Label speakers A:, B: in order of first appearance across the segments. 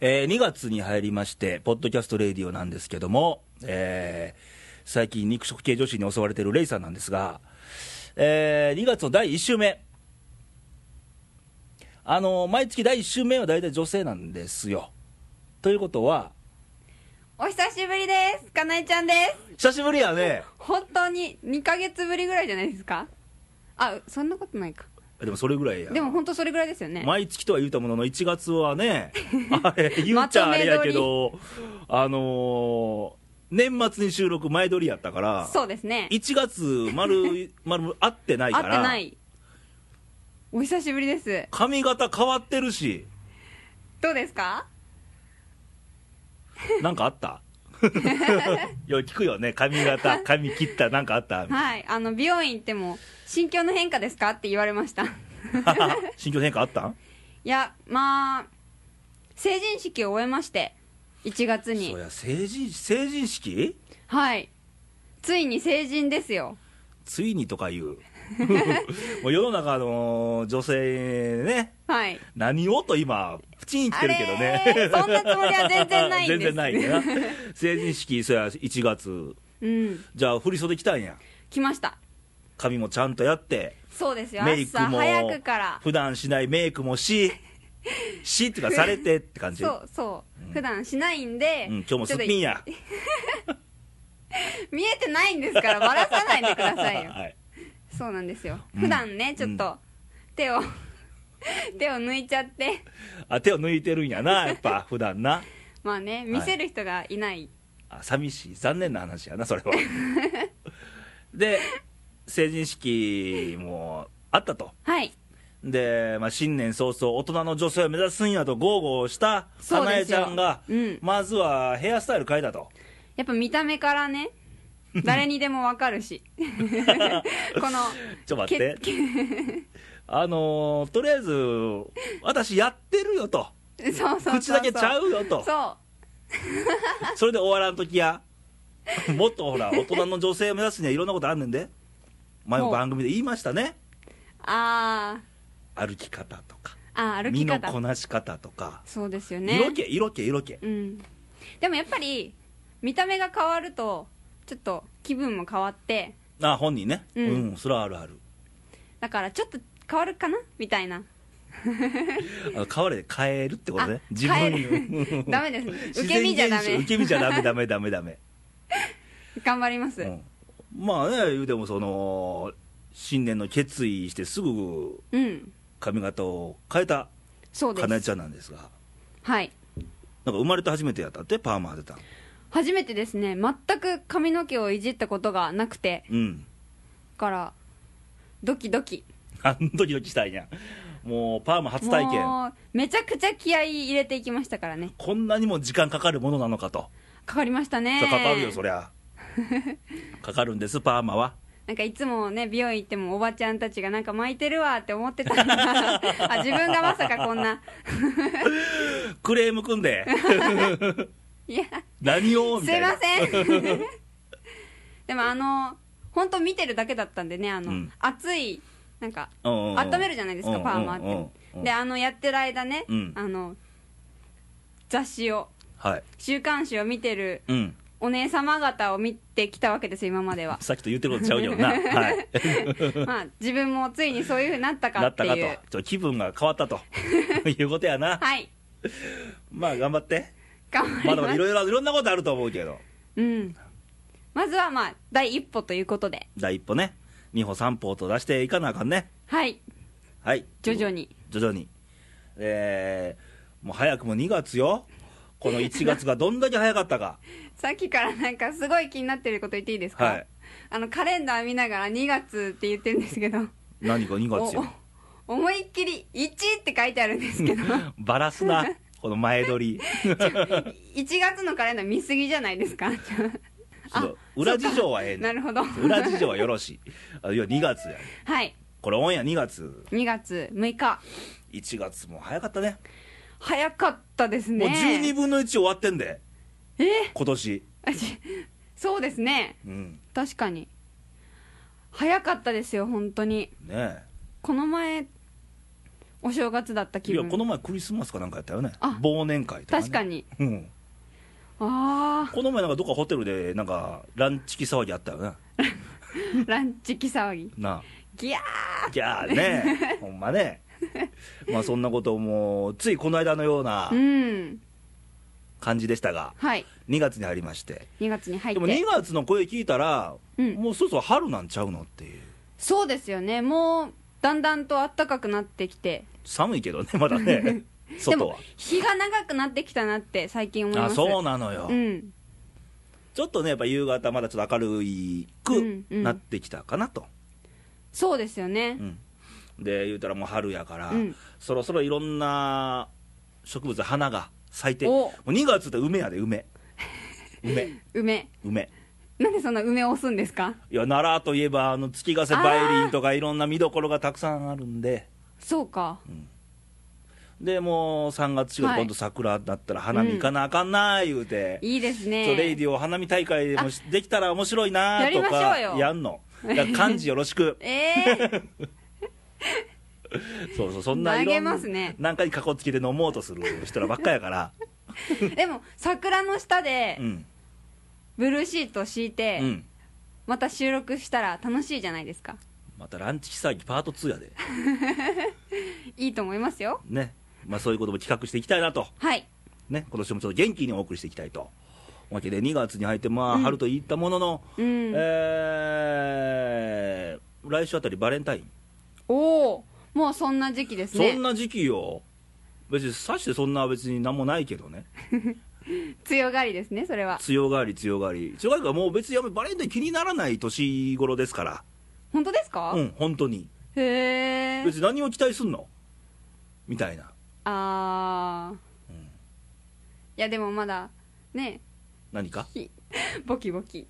A: えー2月に入りまして、ポッドキャストレディオなんですけども、えー最近、肉食系女子に襲われてるレイさんなんですが、えー2月の第1週目、あの毎月第1週目は大体女性なんですよ。ということは、
B: お久しぶりですかなえちゃんです
A: 久しぶりやね、
B: 本当に2ヶ月ぶりぐらいじゃないですかあそんなことないか
A: でもそれぐらいや。
B: でも本当それぐらいですよね
A: 毎月とは言うたものの1月は ねあれ言うちゃあ
B: ま
A: れ
B: とめ
A: や
B: 撮り
A: けどあのー年末に収録前撮りやったから
B: そうですね
A: 1月 丸丸会ってない
B: 会
A: か
B: って
A: ら
B: ないお久しぶりです
A: 髪型変わってるし
B: どうですか
A: なんかあった よう聞くよね髪型髪切ったなんかあ った
B: はいあの美容院行っても心境の変化ですかって言われましたい
A: 心境変化あっ たん
B: やまあ成人式を終えまして1
A: そ
B: 月に
A: うや成人成人式
B: はいついに成人ですよ
A: ついにと か言うもう世の中の女性ね
B: はい
A: 何をと今プチン来てるけどね
B: あれーそんなつもりは全然ないん
A: 全
B: です
A: 然ないねな 成人式そや1月
B: うん
A: じゃあ振り袖来たんや
B: 来ました
A: 髪もちゃんとやって
B: そうですよ
A: メイク
B: 朝
A: も
B: 早くから
A: 普段しないメイクも ししっていうかされてって感じ
B: そうそう、普段しないんで、
A: うん、今日もすっぴんや
B: ちょっと見えてないんですからばらさないでくださいよ
A: はい
B: そうなんですよ
A: うん
B: 普段ねちょっと、手 を手を抜いちゃって
A: あ手を抜いてるんや なやっぱ普段な
B: まあね見せる人がいない、
A: あ寂しい残念な話やなそ れはで成人式もあったと
B: はい
A: で、まあ、新年早々大人の女性を目指すんやと豪語した
B: そ
A: か
B: う
A: な
B: で
A: え
B: す
A: ちゃ
B: よ
A: んが、
B: うん
A: まずはヘアスタイル変えたと
B: やっぱ見た目からね誰にでもわか るしこの
A: ちょっと待ってあのーとりあえず私やってるよと
B: そうそうそうそう
A: 口だけちゃうよと
B: そう
A: それで終わらんときやもっとほら大人の女性を目指すにはいろんなことあんねんで前も
B: ほう
A: 番組で言いましたね
B: あー
A: 歩き方とか
B: あー歩
A: 身
B: き
A: のこ
B: 方
A: なし方とか、
B: そうですよね
A: 色気色気色気
B: うん、でもやっぱり見た目が変わるとちょっと気分も変わって
A: あ本人ねう
B: うんん、
A: それはあるある
B: だからちょっと変わるかなみたいな
A: あの変われで変えるってことね
B: あ
A: 自分
B: 変
A: に
B: ダメですね 受け身じゃダ
A: 自然現象
B: メ
A: 受け身じゃダメダメダメダ メ、
B: 頑張ります、
A: うん、まあね言うてもその新年の決意してすぐ
B: うん
A: 髪型を変えた
B: そう
A: かなえ
B: です
A: ちゃんなんですが
B: はい
A: なんか生まれて初めてやったってパーマ当てたの
B: 初めてですね全く髪の毛をいじったことがなくて
A: うん
B: だからドキドキ
A: あんドキドキしたんやもうパーマ初体験
B: もうめちゃくちゃ気合い入れていきましたからね
A: こんなにも時間かかるものなのかと、
B: かかりましたね
A: そりゃかかるよそり ゃかかるんですパーマは
B: なんかいつもね美容院行ってもおばちゃんたちがなんか巻いてるわって思ってたらあ自分がまさかこんな
A: クレーム組んで
B: いや
A: 何をみ
B: す
A: た
B: い
A: いな
B: ません でもあの本当見てるだけだったんでねあの、
A: うん
B: 熱いなんか
A: うんうんうん
B: 温めるじゃないですか、
A: うん
B: パーマっ
A: うんうんう
B: て
A: ん
B: であのやってる間ね、
A: うん
B: あの雑誌を
A: はい
B: 週刊誌を見てる
A: うん
B: お姉様方を見てきたわけですよ今ま では
A: さっきと言ってることちゃうけ どな、はい、
B: まあ自分もついにそういうふうになったか
A: なっ
B: って
A: たかと、ち
B: い
A: ょ
B: う
A: っと気分が変わった ということやな、
B: はい
A: まあ頑張って、
B: 頑張り
A: ま
B: ま
A: だまだ
B: す
A: いろいろいろんなことあると思うけど、
B: うんまずはまあ第一歩ということで
A: 第一歩ね、二歩、三歩と出していかなあかんね、
B: はい
A: はい、
B: 徐々に
A: 徐々に、えー、もう早くも2月よ、この1月がどんだけ早かったか、
B: さっきからなんかすごい気になってること言っていいですか、
A: はい
B: あのカレンダー見ながら2月って言ってるんですけど
A: 何か2月よ、
B: おお思いっきり1って書いてあるんですけど1
A: バラすな、この前撮り、
B: 月のカレンダー見すぎじゃないです か
A: ちょっと裏事情はええ
B: な
A: ねん
B: るほど
A: 裏事情はよろしい、あいや、2月や、
B: はい
A: これ、オンエア2月、
B: 2月6日
A: 1月も早かったね。
B: 早かったですね
A: もう12分の1終わってんで
B: え
A: 今年
B: あちそうですね
A: うん
B: 確かに早かったですよ本当に
A: ねえ
B: この前お正月だった気
A: いや
B: 分
A: この前クリスマスかなんかやったよね
B: あ
A: 忘年会とか、ね、
B: 確かに
A: うん、
B: あ
A: この前なんかどっかホテルでなんかランチキ騒ぎあったよね
B: ーランチキ騒ぎ
A: な
B: ギャー
A: あじゃあね ほんまねまあそんなこともついこの間のような
B: うん
A: 感じでしたが
B: はい
A: 2月に入りまして
B: 2月に入っ
A: で
B: て
A: も2月の声聞いたら、
B: うん
A: もうそろそろ春なんちゃうのっていう
B: そうですよねもうだんだんと暖かくなってきて
A: 寒いけどねまだ ね外
B: でも
A: は
B: 日が長くなってきたなって最近思いま
A: あ
B: す
A: そうなのよ、
B: うん
A: ちょっとねやっぱ夕方まだちょっと明るいく
B: うんうん
A: なってきたかなと、
B: そうですよね
A: うんで言うたらもう春やから、
B: うん
A: そろそろいろんな植物花が咲いて
B: お
A: もう2月って梅やで梅梅
B: 梅
A: 梅
B: なんでそんな梅を押すんですか
A: いや奈良といえばあの月ヶ瀬梅林とかいろんな見どころがたくさんあるんで
B: そうか
A: でもう3月4月
B: はい
A: 今度桜だったら花見行かなあかんなあ言うて、
B: いいです
A: そうレイ
B: ね
A: ディオ花見大会でもしできたら面白いなあと
B: や
A: か
B: りましょうよ
A: やんのだから漢字よろし く
B: え ー、
A: そうそうそんない
B: 投
A: ろ
B: げ
A: ん
B: ますね
A: なんかにかこつけて飲もうとする人らばっかや から、
B: でも桜の下で
A: うん
B: ブルーシート敷いて、
A: うん、
B: また収録したら楽しいじゃないですか
A: またランチ騒ぎパート2やで
B: いいと思いますよ
A: ねまあそういうことも企画していきたいなと
B: はい
A: ね今年もちょっと元気にお送りしていきたいとわけで2月に入ってまあ
B: うん
A: 春と言ったものの、
B: うん、
A: えー来週あたりバレンタイン、
B: おおもうそんな時期です
A: そ
B: ね
A: んな時期よ別にさしてそんな別に何もないけどね
B: 強がりですねそれは
A: 強がり強がり強がりがもう別にあんまりバレンタイン気にならない年頃ですから
B: 本当ですか、
A: うん本当に
B: へえ
A: 別に何を期待すんのみたいな
B: ああ、
A: うん
B: いやでもまだね
A: 何か
B: ボキボキ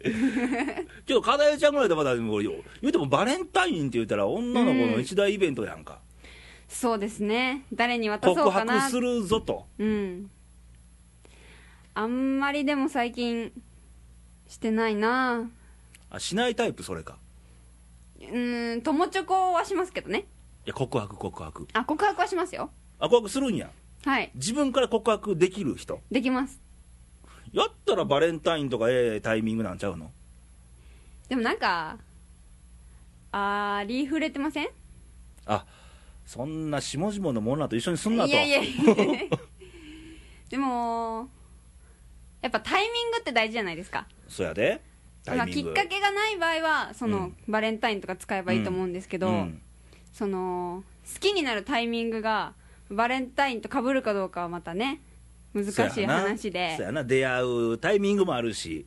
A: けど、かなえちゃんぐらいでまだ、もうよ言うてもバレンタインって言ったら、女の子の一大イベントやんか、
B: そうですね誰に渡そ
A: 告
B: うか
A: 白
B: な
A: するぞと、
B: うんあんまりでも最近してないな
A: あしないタイプ、それか、
B: うん友チョコはしますけどね
A: いや、告白、告白、
B: あ告白はしますよ
A: あ告白するんや、
B: はい
A: 自分から告白できる人、
B: できます
A: やったらバレンタインとかええタイミングなんちゃうの
B: でもなんかあーリーフれてません
A: あそんな下々のものらと一緒にすんなと、
B: いやいやいや でもやっぱタイミングって大事じゃないですか
A: そやで、
B: まあ、きっかけがない場合はその、
A: うん
B: バレンタインとか使えばいいと思うんですけど、
A: うん
B: その好きになるタイミングがバレンタインと被るかどうかはまたね難しい話で
A: そうやな、出会うタイミングもあるし、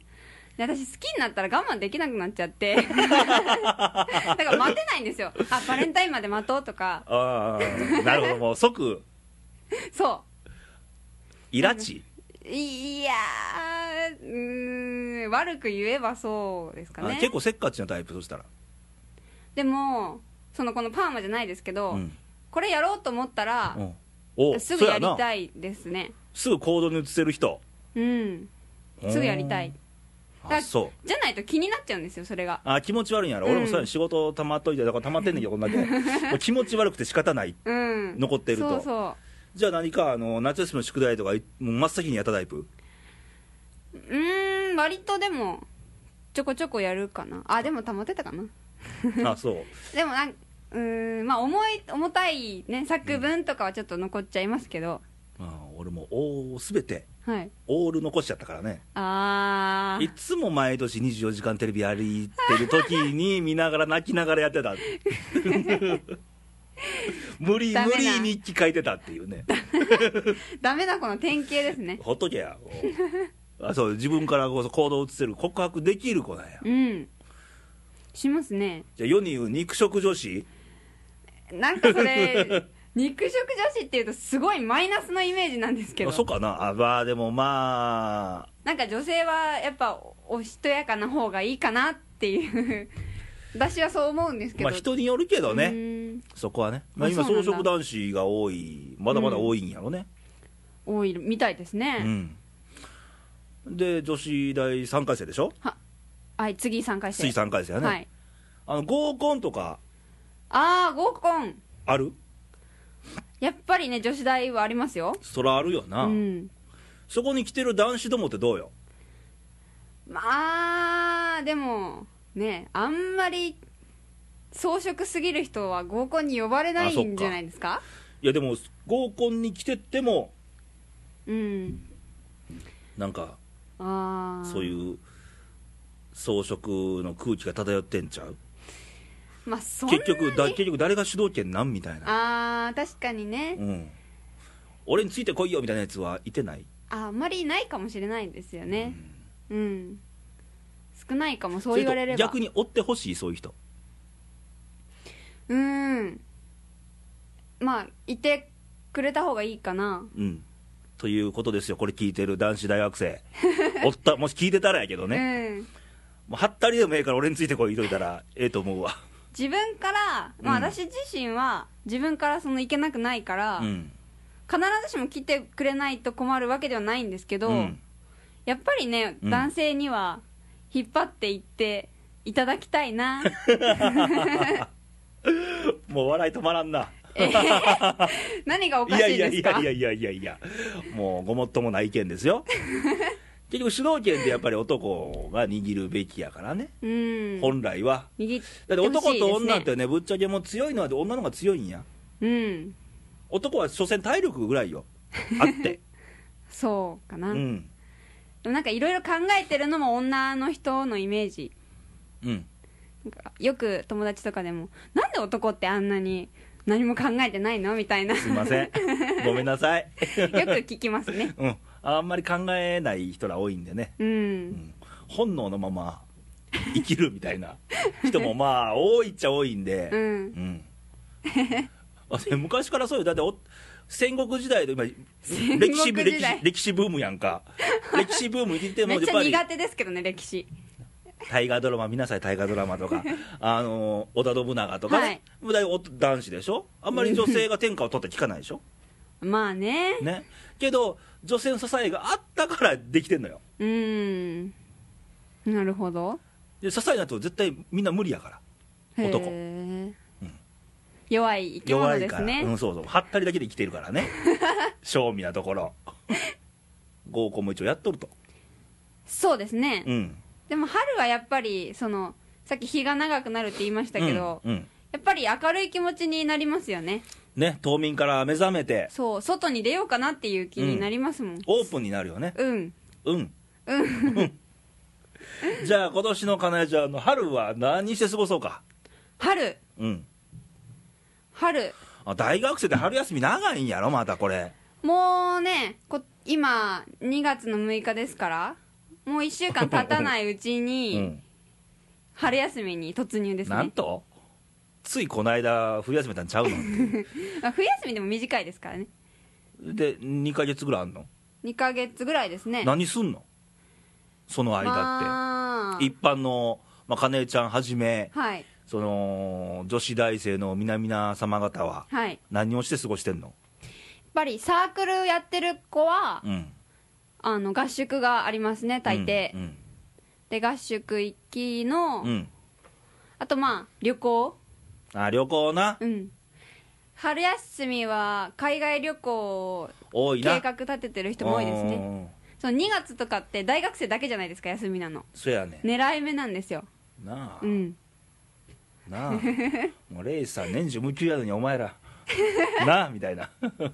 B: で私好きになったら我慢できなくなっちゃっ てだから待てないんですよあバレンタインまで待とうとか
A: ああ、なるほど、もう即、
B: そ
A: イラチ。
B: ういいやーうーん悪く言えばそうですか
A: あ
B: ね
A: 結構せっかちなタイプそしたら、
B: でもそのこのパーマじゃないですけど、
A: うん
B: これやろうと思ったら、
A: うんお
B: すぐやり
A: そうな
B: たいですね
A: すぐ行動に移せる人
B: うんすぐやりたい
A: あそう
B: じゃないと気になっちゃうんですよそれが
A: あ気持ち悪いんやろ、俺もそうやね仕事溜まっといてだから溜まってんねんけどこんだけ もう気持ち悪くて仕方ない
B: うん
A: 残ってると
B: そうそ
A: じゃあ何かあの夏休みの宿題とかいもう真っ先にやったタイ プ
B: ううーん割とでもちょこちょこやるかなあでも溜まってたかな
A: あそう
B: でもなんうーんまあ重い重たいね作文とかはちょっと残っちゃいますけど、
A: あ俺もおすべて
B: はい
A: オール残しちゃったからね
B: あ
A: い
B: ー
A: つも毎年『24時間テレビ』やりてる時 に見ながら泣きながらやってた無理
B: ダメ
A: 無
B: な
A: 理日記書いてたっていうね
B: ダメな子の典型ですね
A: ほっとけや。もう あそう自分からこそ行動を移せる告白できる子なんや。
B: うんしますね
A: じゃあ世に言う肉食女子
B: なんかそ れ肉食女子っていうとすごいマイナスのイメージなんですけど
A: あそうかなあまあでもまあ
B: なんか女性はやっぱおしとやかな方がいいかなっていう 私はそう思うんですけど、
A: まあ人によるけど
B: う
A: ね
B: ーん
A: そこはね、まあ、
B: あ
A: 今
B: そうな
A: 草
B: んだ
A: 食男子が多いまだまだ多いんやろね
B: 多いみたいですね
A: う、ん、で女子大3回生でしょ
B: はい次3回生
A: 水3回生やね、
B: はい
A: あの合コンとか
B: ああ合コン
A: ある
B: やっぱりね女子大はありますよ
A: そらあるよな、
B: うん
A: そこに来てる男子どもってどうよ
B: まあでもねあんまり装飾すぎる人は合コンに呼ばれないんじゃないですか
A: いやでも合コンに来てっても
B: うん
A: なんか
B: ああ
A: そういう装飾の空気が漂ってんちゃう
B: まあそんなに
A: 結局だ結局誰が主導権なんみたいな、
B: あー確かにね
A: うん、俺についてこいよみたいなやつはいてない
B: ああんまりないかもしれないですよね
A: うん
B: うん、少ないかもそう言われれば
A: そと逆に追ってほしいそういう人
B: うーんまあいてくれた方がいいかな
A: うんということですよこれ聞いてる男子大学生 おったもし聞いてたらやけどね、
B: うん
A: もうはったりでもええから俺についてこい言うといたらええと思うわ
B: 自分から、まあ、
A: うん
B: 私自身は自分からそのいけなくないから、
A: うん
B: 必ずしも来てくれないと困るわけではないんですけど、
A: うん
B: やっぱりね、
A: うん
B: 男性には引っ張っていっていただきた いな
A: もう笑い止まらんな
B: えへへ何がお
A: い
B: か
A: や
B: し
A: い
B: い
A: や
B: で
A: い
B: す
A: や
B: か
A: いやいやいやいやもうごもっともな意見です よ結局主導権ってやっぱり男が握るべきやからね、
B: うん
A: 本来は
B: 握
A: だ
B: っ
A: ってて
B: ほ
A: 男
B: しいで
A: と
B: すね
A: 女ってねぶっちゃけもう強いのは女の方が強いんや
B: うん
A: 男は所詮体力ぐらいよあって
B: そうかな、
A: うん
B: でもなんかいろいろ考えてるのも女の人のイメージ
A: うん
B: なんかよく友達とかでもなんで男ってあんなに何も考えてないのみたいなよ
A: すいませんごめんなさい
B: く聞きますね
A: うんあんまり考えない人ら多いんでね、
B: う
A: うんん、本能のまま生きるみたいな人もまあ多いっちゃ多いんで
B: う
A: うんんあで昔からそうよだってお戦国時代と今歴史
B: 国時
A: 歴
B: 代
A: 史歴史ブームやんか歴史ブームにても
B: め
A: や
B: っ
A: っ
B: ちゃ
A: ぱり
B: 苦手ですけどね歴史
A: 大河ドラマ見なさい大河ドラマと かあの織田信長とかね、だいぶ男子でしょあんまり女性が天下を取って聞かない でしょ
B: まあね
A: ねけど女性の支えがあったからできてんのよ
B: うんなるほど
A: で支えないと絶対みんな無理やから
B: へ
A: 男
B: え弱い生き
A: 弱
B: 物
A: い
B: で
A: か
B: す
A: ら、う
B: ね
A: ん、そうそうはったりだけで生きてるから ね正味なところ合コンも一応やっとると
B: そうですね
A: うん
B: でも春はやっぱりそのさっき日が長くなるって言いましたけど
A: うんうん
B: やっぱり明るい気持ちになりますよね
A: ね冬眠から目覚めて
B: そう外に出ようかなっていう気になりますもん
A: オープンになるよね
B: うん
A: うん
B: うん
A: じゃあ今年のかなえちゃんの春は何して過ごそうか
B: 春
A: うん
B: 春
A: あ大学生って春休み長いんやろまたこれ
B: もうねこ今2月の6日ですからもう1週間経たないう
A: う
B: ちに
A: ん
B: 春休みに突入です
A: なん
B: ね、
A: とついこの間冬休めたんちゃうのって
B: まあ冬休みでも短いですからね
A: で2ヶ月ぐらいあんの
B: 2ヶ月ぐらいですね
A: 何すんのその間って、
B: まあ
A: 一般の、まあ、かねえちゃんはじめ
B: はい
A: その女子大生の皆々様方は
B: はいやっ
A: 何をして過ごしてんの
B: ぱりサークルやってる子は、
A: うん
B: あの合宿がありますね大抵、
A: うん
B: で合宿行きの、
A: うん、うん
B: あとまあ旅行
A: あ旅行な
B: うん春休みは海外旅行を
A: 多いな
B: 計画立ててる人も多いですね
A: うん
B: その2月とかって大学生だけじゃないですか休みなの
A: そやね
B: 狙い目なんですよ
A: なあ、
B: うん
A: なあもうレイさん年中無休やのにお前らなあみたいな
B: ま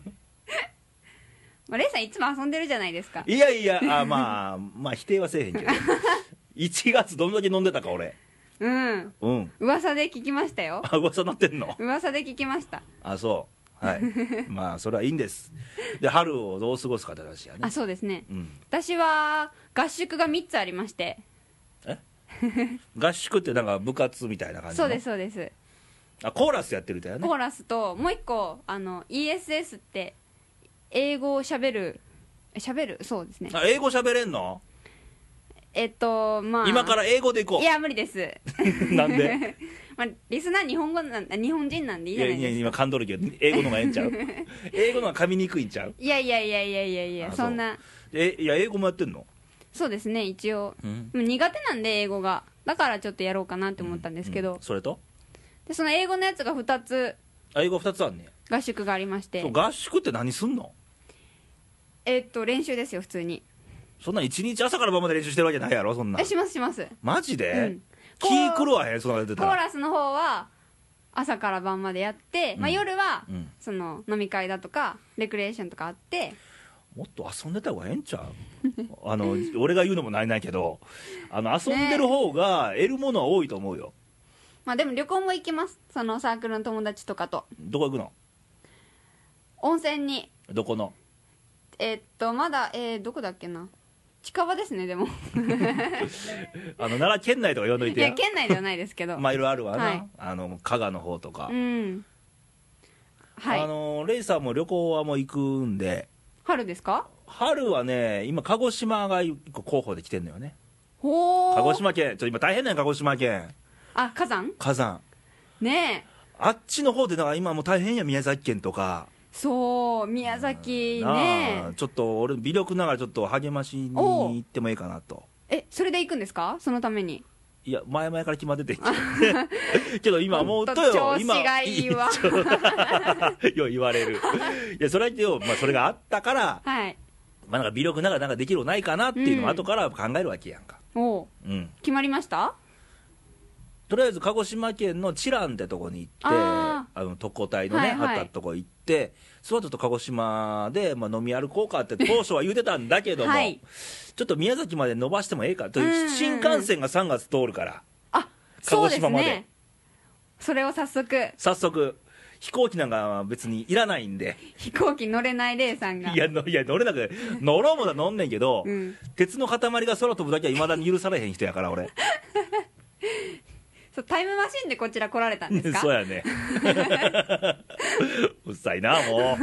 B: あレイさんいつも遊んでるじゃないですか
A: いやいやあまあまあ否定はせえへん けど1月どんだけ飲んでたか俺
B: うん
A: うん
B: 噂で聞きましたよ
A: あ噂なってんの
B: 噂で聞きました
A: あそう はいまあそれはいいんですで春をどう過ごすかって話やね
B: あそうですね
A: うん
B: 私は合宿が3つありまして
A: 合宿ってなんか部活みたいな感じの
B: そうですそうです
A: あコーラスやってるみたいな
B: コ
A: ね
B: ーラスともう1個あの ESS って英語をしゃべるしゃべるそうですね
A: あ英語喋れんの
B: えっとまあ
A: 今から英語で行こ
B: いうや無理です、
A: なんで
B: まあ、リスナー日本語なんあ日本人なんでいい
A: い
B: じゃ
A: や
B: ない
A: いや
B: です
A: 今
B: か
A: 噛んどるけど英語の方がええん ちゃう英語の方が噛みにくいんちゃう
B: いやいやいやいやいやい
A: あ
B: や
A: そう
B: そんな
A: えいや英語もやってんの
B: そうですね一応
A: うん
B: でも苦手なんで英語がだからちょっとやろうかなって思ったんですけど、
A: ううそれと
B: でその英語のやつが2つ
A: あ英語2つあんねや
B: 合宿がありまして
A: そう合宿って何すんの
B: えーっと練習ですよ普通に
A: そんな一日朝から晩まで練習してるわけないやろそんな
B: えしますします
A: マジで、
B: うん
A: 気狂わへんそんなのやってた
B: コー
A: ら
B: ラスの方は朝から晩までやって、まあ、
A: うん
B: 夜は、
A: うん
B: その飲み会だとかレクレーションとかあって
A: もっと遊んでた方がええんちゃう あの俺が言うのもなんやないけどあの遊んでる方が得るものは多いと思うよ
B: まあでも旅行も行きますそのサークルの友達とかと
A: どこ行くの
B: 温泉に
A: どこの
B: えーっとまだえーどこだっけな近場ですねでも
A: あの奈良県内とか呼んどい
B: い
A: て
B: や
A: や
B: 県内ではないですけど、
A: まあいろいろあるわな、
B: はい
A: あの加賀の方とか
B: う、んはい
A: あのレイさんも旅行はもう行くんで
B: 春ですか
A: 春はね今鹿児島が一個候補で来てんのよね
B: ほー
A: 鹿児島県ちょっと今大変なん鹿児島県
B: あ火山
A: 火山
B: ねえ
A: あっちの方でなんか今もう大変や宮崎県とか
B: そう宮崎ね
A: なあちょっと俺微力ながらちょっと励ましに行ってもいいかなと
B: ええそれで行くんですかそのために
A: いや前々から決まってて けど今思うと
B: ほんと
A: よ
B: 調子がいいわ
A: 今よう言わ れるいやそれはよ、まあ、それがあったから、
B: はい
A: まあ、なんか微力ながらなんかできるのないかなっていうの
B: う
A: を
B: ん
A: 後から考えるわけやんか、
B: おう
A: うん、
B: 決まりました
A: とりあえず鹿児島県の知覧ってとこに行って
B: あ
A: あの特攻隊のね、
B: はいはい
A: あったとこ行ってその後ちょっと鹿児島で、まあ、飲み歩こう かって当初は言うてたんだけども、
B: はい
A: ちょっと宮崎まで伸ばしてもええかと
B: うんうんう
A: い
B: ん
A: う新幹線が3月通るから
B: あ
A: 鹿
B: そう
A: 児
B: です
A: 島まで
B: ねそれを早速
A: 早速飛行機なんか別にいらないんで
B: 飛行機乗れないレイさんが
A: いやのいや乗れなく乗ろうもだ乗んねんけど、
B: うん
A: 鉄の塊が空飛ぶだけはいまだに許されへん人やから俺
B: そうタイムマシンでこちら来られたんです か
A: そうやねうっさいなもうだか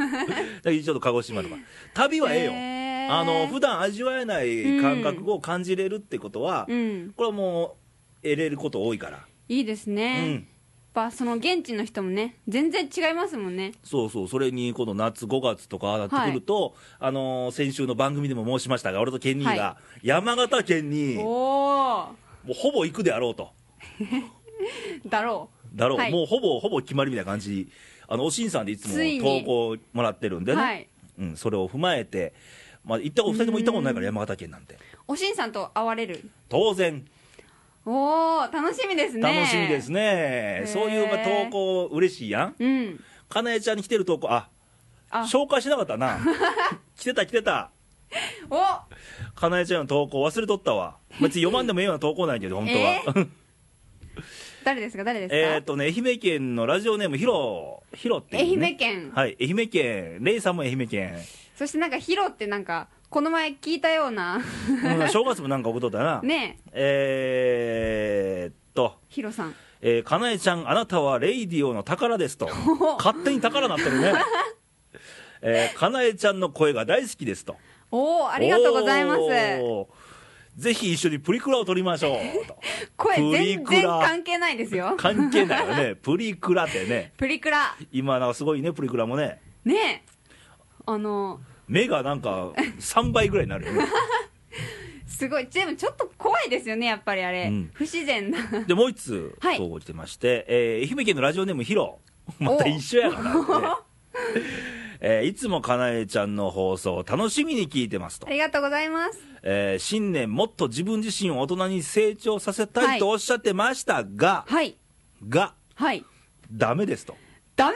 A: らちょっと鹿児島とか旅はええよ、
B: へー
A: あの普段味わえない感覚を感じれるってことは、
B: うん
A: これはもう得れること多いから、
B: いいですね、
A: う
B: やっ
A: ん
B: ぱその現地の人もね全然違いますもんね
A: そうそう、それにこの夏、5月とかなってくると、あのー先週の番組でも申しましたが、俺とケンニーが、
B: は
A: 山形県にも
B: お
A: うほぼ行くであろうと、
B: おだろ
A: だろう、
B: はい
A: もうほぼほぼ決まりみたいな感じ、あのおしんさんでいつも
B: ついに
A: 投稿もらってるん
B: う
A: でね、
B: はい
A: うん、それを踏まえて、まあ、行ったこと、2人とも行ったことないから、山形県なんて、
B: おしんさんと会われる
A: 当然、
B: おお楽しみですね
A: 楽しみですね、
B: ー
A: そういうまあ投稿、嬉しいやん、
B: うん
A: かなえちゃんに来てる投稿、あ
B: あ
A: 紹介しなかった な、来てた、来てた。
B: お
A: かなえちゃんの投稿忘れとったわ別に読まんでもええような投稿なんやけど本当は
B: 誰ですか誰ですか、
A: えーっとね愛媛県のラジオネームヒロヒロっていう、ね、
B: 愛媛県
A: はい愛媛県レイさんも愛媛県
B: そしてなんかヒロってなんかこの前聞いたよう な
A: うん正月もなんか送っとったな、
B: ねえ
A: えー、っと
B: ヒロさん
A: えーかなえちゃんあなたはレイディオの宝です と勝手に宝なってるねえーかなえちゃんの声が大好きですと
B: おおありがとうございます
A: おーぜひ一緒にプリクラを撮りましょう と
B: 声全
A: プリ
B: 然
A: クラ
B: 関係ないですよ
A: 関係ないよねプリクラってね
B: プリクラ
A: 今なんかすごいねプリクラもね
B: ねえあの
A: 目がなんか3倍ぐらいになるよね
B: すごいでもちょっと怖いですよねやっぱりあれ、
A: うん
B: 不自 然な
A: でもう一つ
B: はい
A: 投稿来てまして、えー愛媛県のラジオネームヒロまた一緒やから ねえーいつもかなえちゃんの放送を楽しみに聞いてますと
B: あ、りがとうございます
A: えー新年もっと自分自身を大人に成長させたいとおっしゃってましたが、
B: はい
A: が
B: はい
A: ダメですと
B: ダメ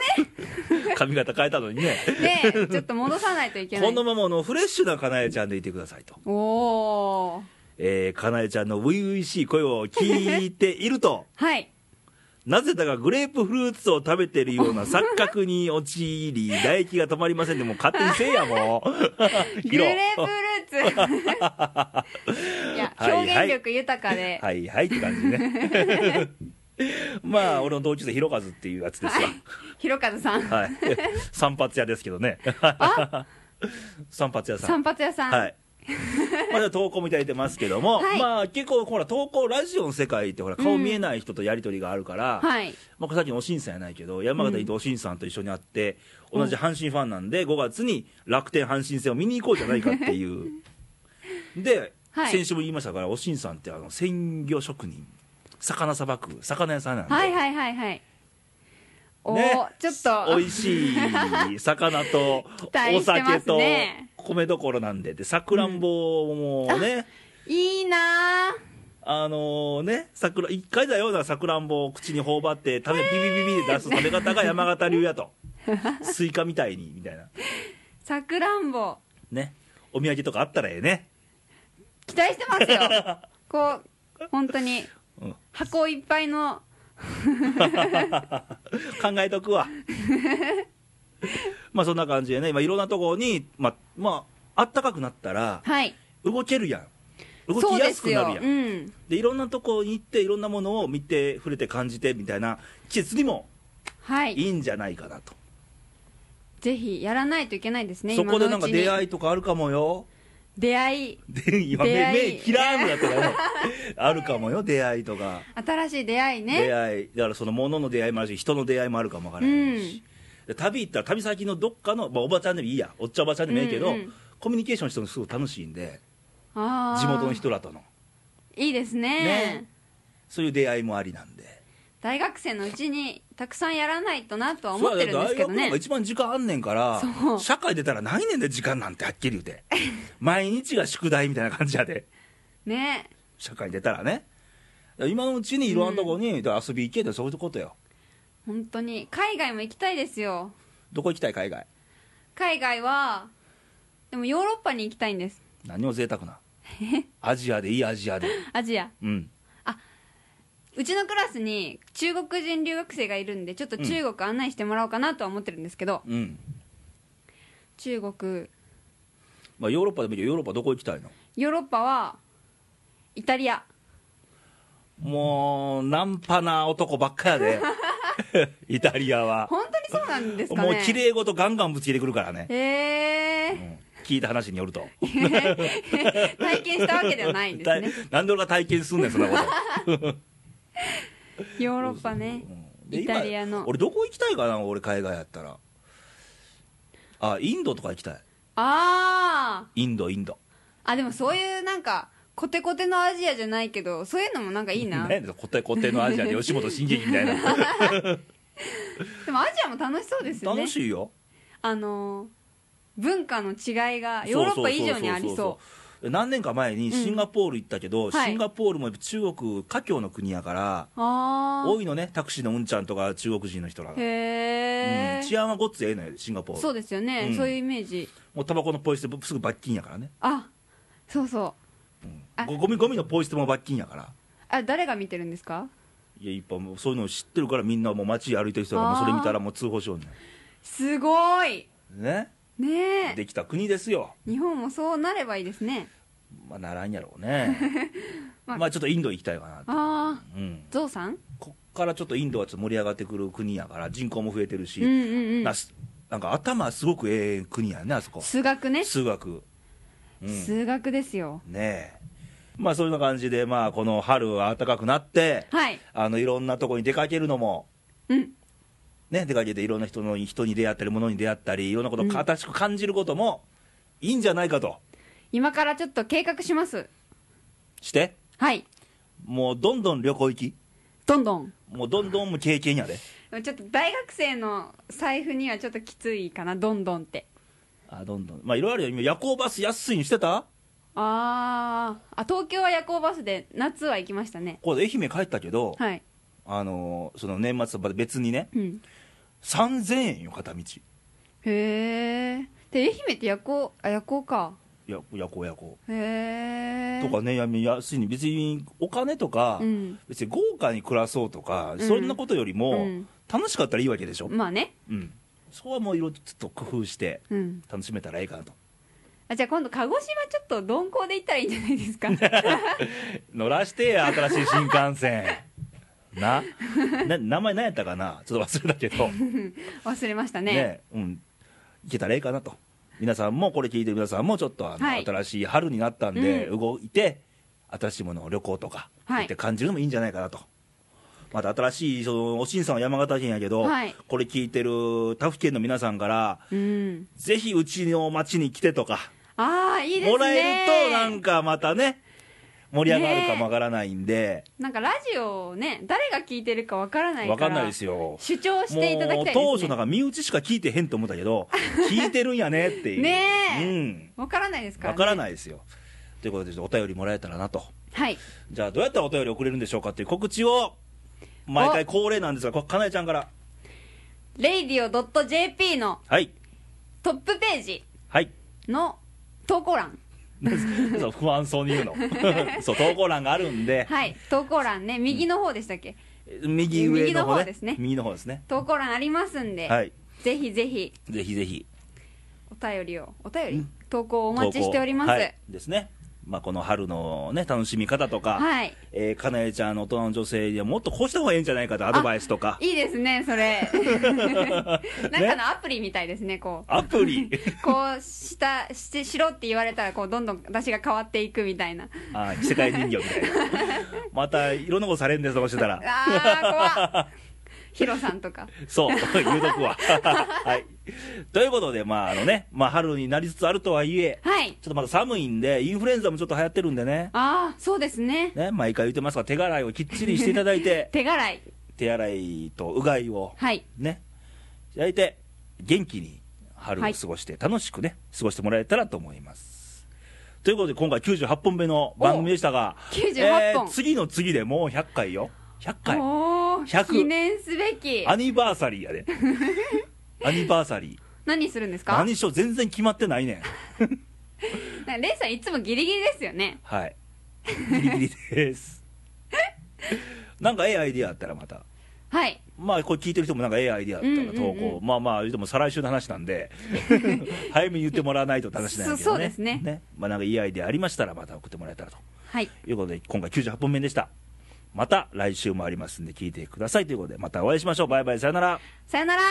A: 髪型変えたのにね
B: ねえちょっと戻さないといけな
A: こ
B: い
A: のままのフレッシュなかなえちゃんでいてくださいと、
B: おお
A: えー、かなえちゃんの初々しい声を聞いていると
B: はい
A: なぜだかグレープフルーツを食べてるような錯覚に陥り、唾液が止まりませんで、もう勝手にせえや、も う。
B: グレープ フルーツいや
A: はいはい
B: 表現力豊かで、
A: はいはいって感じね。まあ、俺の同級生、ひろかずっていうやつです
B: はいひろかずさん
A: わ。はい。散髪屋ですけどね。 散髪屋さん。
B: 散髪屋さん、
A: はい。まだ投稿もいただいてますけども、
B: はい
A: まあ結構ほら投稿ラジオの世界ってほら顔見えない人とやり取りがあるから、
B: はい
A: まあ、さっきのおしんさんやないけど山形にいておしんさんと一緒に会って、同じ阪神ファンなんで5月に楽天阪神戦を見に行こうじゃないかっていう で、
B: はい
A: 先週も言いましたからおしんさんってあの鮮魚職人魚さばく魚屋さんなんで、
B: はいはいはいはいお
A: ね
B: ちょっと
A: 美味しい魚と
B: 期待
A: お
B: してま
A: 酒
B: す
A: と
B: ね
A: 米どころなんででさくらんぼもね、
B: いいなあ
A: あのね桜一回だよなさくらんぼを口に頬張って食べビビビビで出す食べ方が山形流や とスイカみたいにみたいな
B: さくらんぼ
A: ねお土産とかあったらええね
B: 期待してます よこう本当に
A: うん
B: 箱いっぱいの
A: 考えとく わまあそんな感じでね今いろんなところにまあまああったかくなったら
B: はい
A: 動けるやん動
B: そ
A: き
B: うで
A: やす
B: す
A: くな
B: よ
A: るやん
B: う
A: で
B: ん
A: いろんなところに行っていろんなものを見て触れて感じてみたいな季節にも
B: はい
A: いいんじゃないかなと、
B: ぜひやらないといけないですね
A: そこでなんか
B: 今のうちに
A: 出会いとかあるかもよ
B: 出会い
A: で今目
B: 出会い
A: 目キラーンだったから ねあるかもよ出会いとか、
B: 新しい出会い
A: 出
B: ね
A: 会いだからその物の出会いもあるし人の出会いもあるかもわからないし、で旅行ったら旅先のどっかの、まあ、おばちゃんでもいいやおっちゃんおばちゃんでもいいけど、
B: うんうん
A: コミュニケーションしてもすごく楽しいんで
B: あー
A: 地元の人らとの
B: いいですね
A: ねそういう出会いもありなんで
B: 大学生のうちにたくさんやらないとなとは思ってるんですけど
A: そうや大学の方
B: ね
A: が一番時間あんねんから
B: そう
A: 社会出たらないねんで時間なんてはっきり言う て毎日が宿題みたいな感じやで
B: ね
A: 社会に出たらねだから今のうちにいろんなとこに、だから遊び行けってそういうことよ
B: 本当に海外も行きたいですよ
A: どこ行きたい海外
B: 海外はでもヨーロッパに行きたいんです
A: 何を贅沢なアジアでいいアジアで
B: アジア
A: うん
B: うちのクラスに中国人留学生がいるんでちょっと中国案内してもらおうかなとは思ってるんですけど、
A: うん、
B: 中国
A: まあ、ヨーロッパでもいいよヨーロッパどこ行きたいの
B: ヨーロッパはイタリア
A: もうナンパな男ばっかやで イタリアは、
B: 本当にそうなんですかね
A: もう綺麗事ガンガンぶつけてくるからね、
B: へ
A: う
B: え
A: ん聞いた話によると、
B: 体験したわけではないんです
A: だい
B: ね
A: なんで俺が体験すんねんそんなこと
B: ヨーロッパね
A: うんで
B: イタリアの
A: 今俺どこ行きたいかな俺海外やったらあインドとか行きたい
B: あ
A: インドインド
B: ーあでもそういうなんかコテコテのアジアじゃないけどそういうのもなんかいいな
A: 何やねんコテコテのアジアで吉本新喜劇みたいな
B: でもアジアも楽しそうですよね
A: 楽しいよ
B: あのー文化の違いがヨーロッパ以上にありそう
A: 何年か前にシンガポール行ったけど、
B: はい
A: シンガポールも中国華僑の国やから
B: うあ
A: 多いのねタクシーのうんちゃんとか中国人の人ら
B: あ
A: が、
B: へ
A: うん
B: え、
A: 治安はごっつええのよシンガポー
B: そ
A: ル
B: うですよね、
A: うん
B: そういうイメージ
A: もうタバコのポイ捨てすぐ罰金やからね、
B: あそうそうあ
A: ゴミゴミのポイ捨ても罰金やから
B: あ誰が見てるんですか
A: いや一般もうそういうのを知ってるからみんなもう街歩いてる人がもうそれ見たらもう通報しようね
B: すごい
A: んね
B: ねえ
A: できた国ですよ
B: 日本もそうなればいいですね
A: まあならんやろうね
B: まあ
A: まあちょっとインド行きたいかなと、
B: ああ
A: うん、
B: ゾウさん
A: こっからちょっとインドはちょっと盛り上がってくる国やから人口も増えてるし、
B: うんうんう
A: なんすなんか頭すごくええ国やねあそこ
B: 数学ね、
A: 数学、うん、ね
B: 数学ですよ
A: えまあそういうような感じで、まあ、この春は暖かくなって
B: はい
A: あのいろんなとこに出かけるのも、
B: うん
A: ね、出かけていろんな人の人に出会ったり物に出会ったりいろんなこと
B: う
A: を
B: ん
A: 新しく感じることもいいんじゃないかと
B: 今からちょっと計画します
A: して
B: はい
A: もうどんどん旅行行き
B: どんどん
A: もうどんどんもう経験やで
B: ちょっと大学生の財布にはちょっときついかなどんどんって
A: あどんどんまあいろいろあるよ今夜行バス安いにしてた
B: あーあ東京は夜行バスで夏は行きましたね
A: これ愛媛帰ったけど、
B: はい
A: あのーその年末とまた別にね
B: うん
A: 3000円よ片道
B: へえで愛媛って夜行あ夜行か
A: や夜行夜行
B: へえ
A: とかね、やめ安いに、別にお金とか、
B: うん
A: 別に豪華に暮らそうとか、
B: うん
A: そんなことよりも、
B: うん
A: 楽しかったらいいわけでしょ、
B: まあね
A: うん、そこはもういろいろちょっと工夫して、
B: うん
A: 楽しめたらいいかなと、
B: あじゃあ今度鹿児島ちょっと鈍行で行ったらいいんじゃないで すか
A: 乗らしてや、新しい新幹 線、なな、名前何やったかな、ちょっと忘れたけど、ね
B: 忘れましたね
A: うん、行けたらいいかなと。皆さんもこれ聞いてる皆さんもちょっとあの、
B: はい
A: 新しい春になったんで、
B: う
A: 動いて新しいものを旅行とか、
B: はい
A: って感じるのもいいんじゃないかなとまた新しいそのおしんさんは山形県やけど、
B: はい
A: これ聞いてる他府県の皆さんから
B: うん
A: ぜひうちの町に来てとか
B: ああいいですね
A: もらえるとなんかまたね盛り上がるかもわからないんで、
B: なんかラジオをね誰が聞いてるかわからない
A: わか
B: か
A: らんないですよ。
B: 主張していただきたいです、ね、
A: もう当初なんか身内しか聞いてへんと思ったけ ど聞いてるんやねっていう
B: ねえ
A: うん
B: わからないですから、
A: わ
B: ね、
A: から
B: い
A: ないですよということでちょっとお便りもらえたらなと
B: はい
A: じゃあどうやったらお便り送れるんでしょうかっていう告知を毎回恒例なんですがこかなえちゃんから
B: radio.jp の
A: はい
B: トップページ
A: はい
B: の投稿欄
A: そう不安そうに言うの そう投稿欄があるんで、
B: はい投稿欄ね右の方でしたっけ、
A: 右上の方,、
B: 右の方ですね
A: 右の方ですね
B: 投稿欄ありますんで、
A: はい
B: ぜひぜひ
A: ぜひぜひ
B: お便りをお便り、
A: うん
B: 投稿をお
A: お
B: 待ちしておりますはい、
A: ですね、まあ、この春のね楽しみ方とか、
B: はい
A: えーかなえちゃんの大人の女性にはもっとこうした方がいいんじゃないかとアドバイスとか
B: いいですね それなんかのアプリみたいですねこう
A: アプリ
B: こうしたしてしろって言われたらこうどんどん私が変わっていくみたいな
A: あー世界人形みたいなまたいろんなことされんでそうしてた ら
B: あー 怖っヒロさんとか
A: そう言うとくわ はいということでまああのね、まあ、春になりつつあるとはいえ
B: はい
A: ちょっとまだ寒いんでインフルエンザもちょっと流行ってるんでね
B: ああそうですね
A: ね毎回言ってますが手洗いをきっちりしていただい て
B: 手洗い
A: 手洗いとうがいを
B: はい
A: ね、焼いて元気に春を過ごして、楽しくね、過ごしてもらえたらと思います。ということで、今回98本目の番組でしたが、
B: お98本
A: 次の次でもう100回よ、100回、
B: おお
A: 100
B: 記念すべき
A: アニバーサリー やで、アニバーサリー、
B: 何するんですか
A: 何しろ全然決まってないねん、
B: なんかレイさんいつもギリギリですよね
A: はい、ギリギリ です。なんかええアイディアあったらまた、
B: はい
A: まあこれ聞いてる人もなんかええアイディアあったら投稿、
B: うんうんうん
A: まあまあ、でも再来週の話なん で、早めに言ってもらわないとって話なんやけど、ね、
B: そそうですね
A: まあなんかいいアイディアありましたら、また送ってもらえたらと
B: はい
A: いうことで、今回98本目でした。また来週もありますんで、聞いてくださいということで、またお会いしましょう。バイバイ、さよなら。
B: さよなら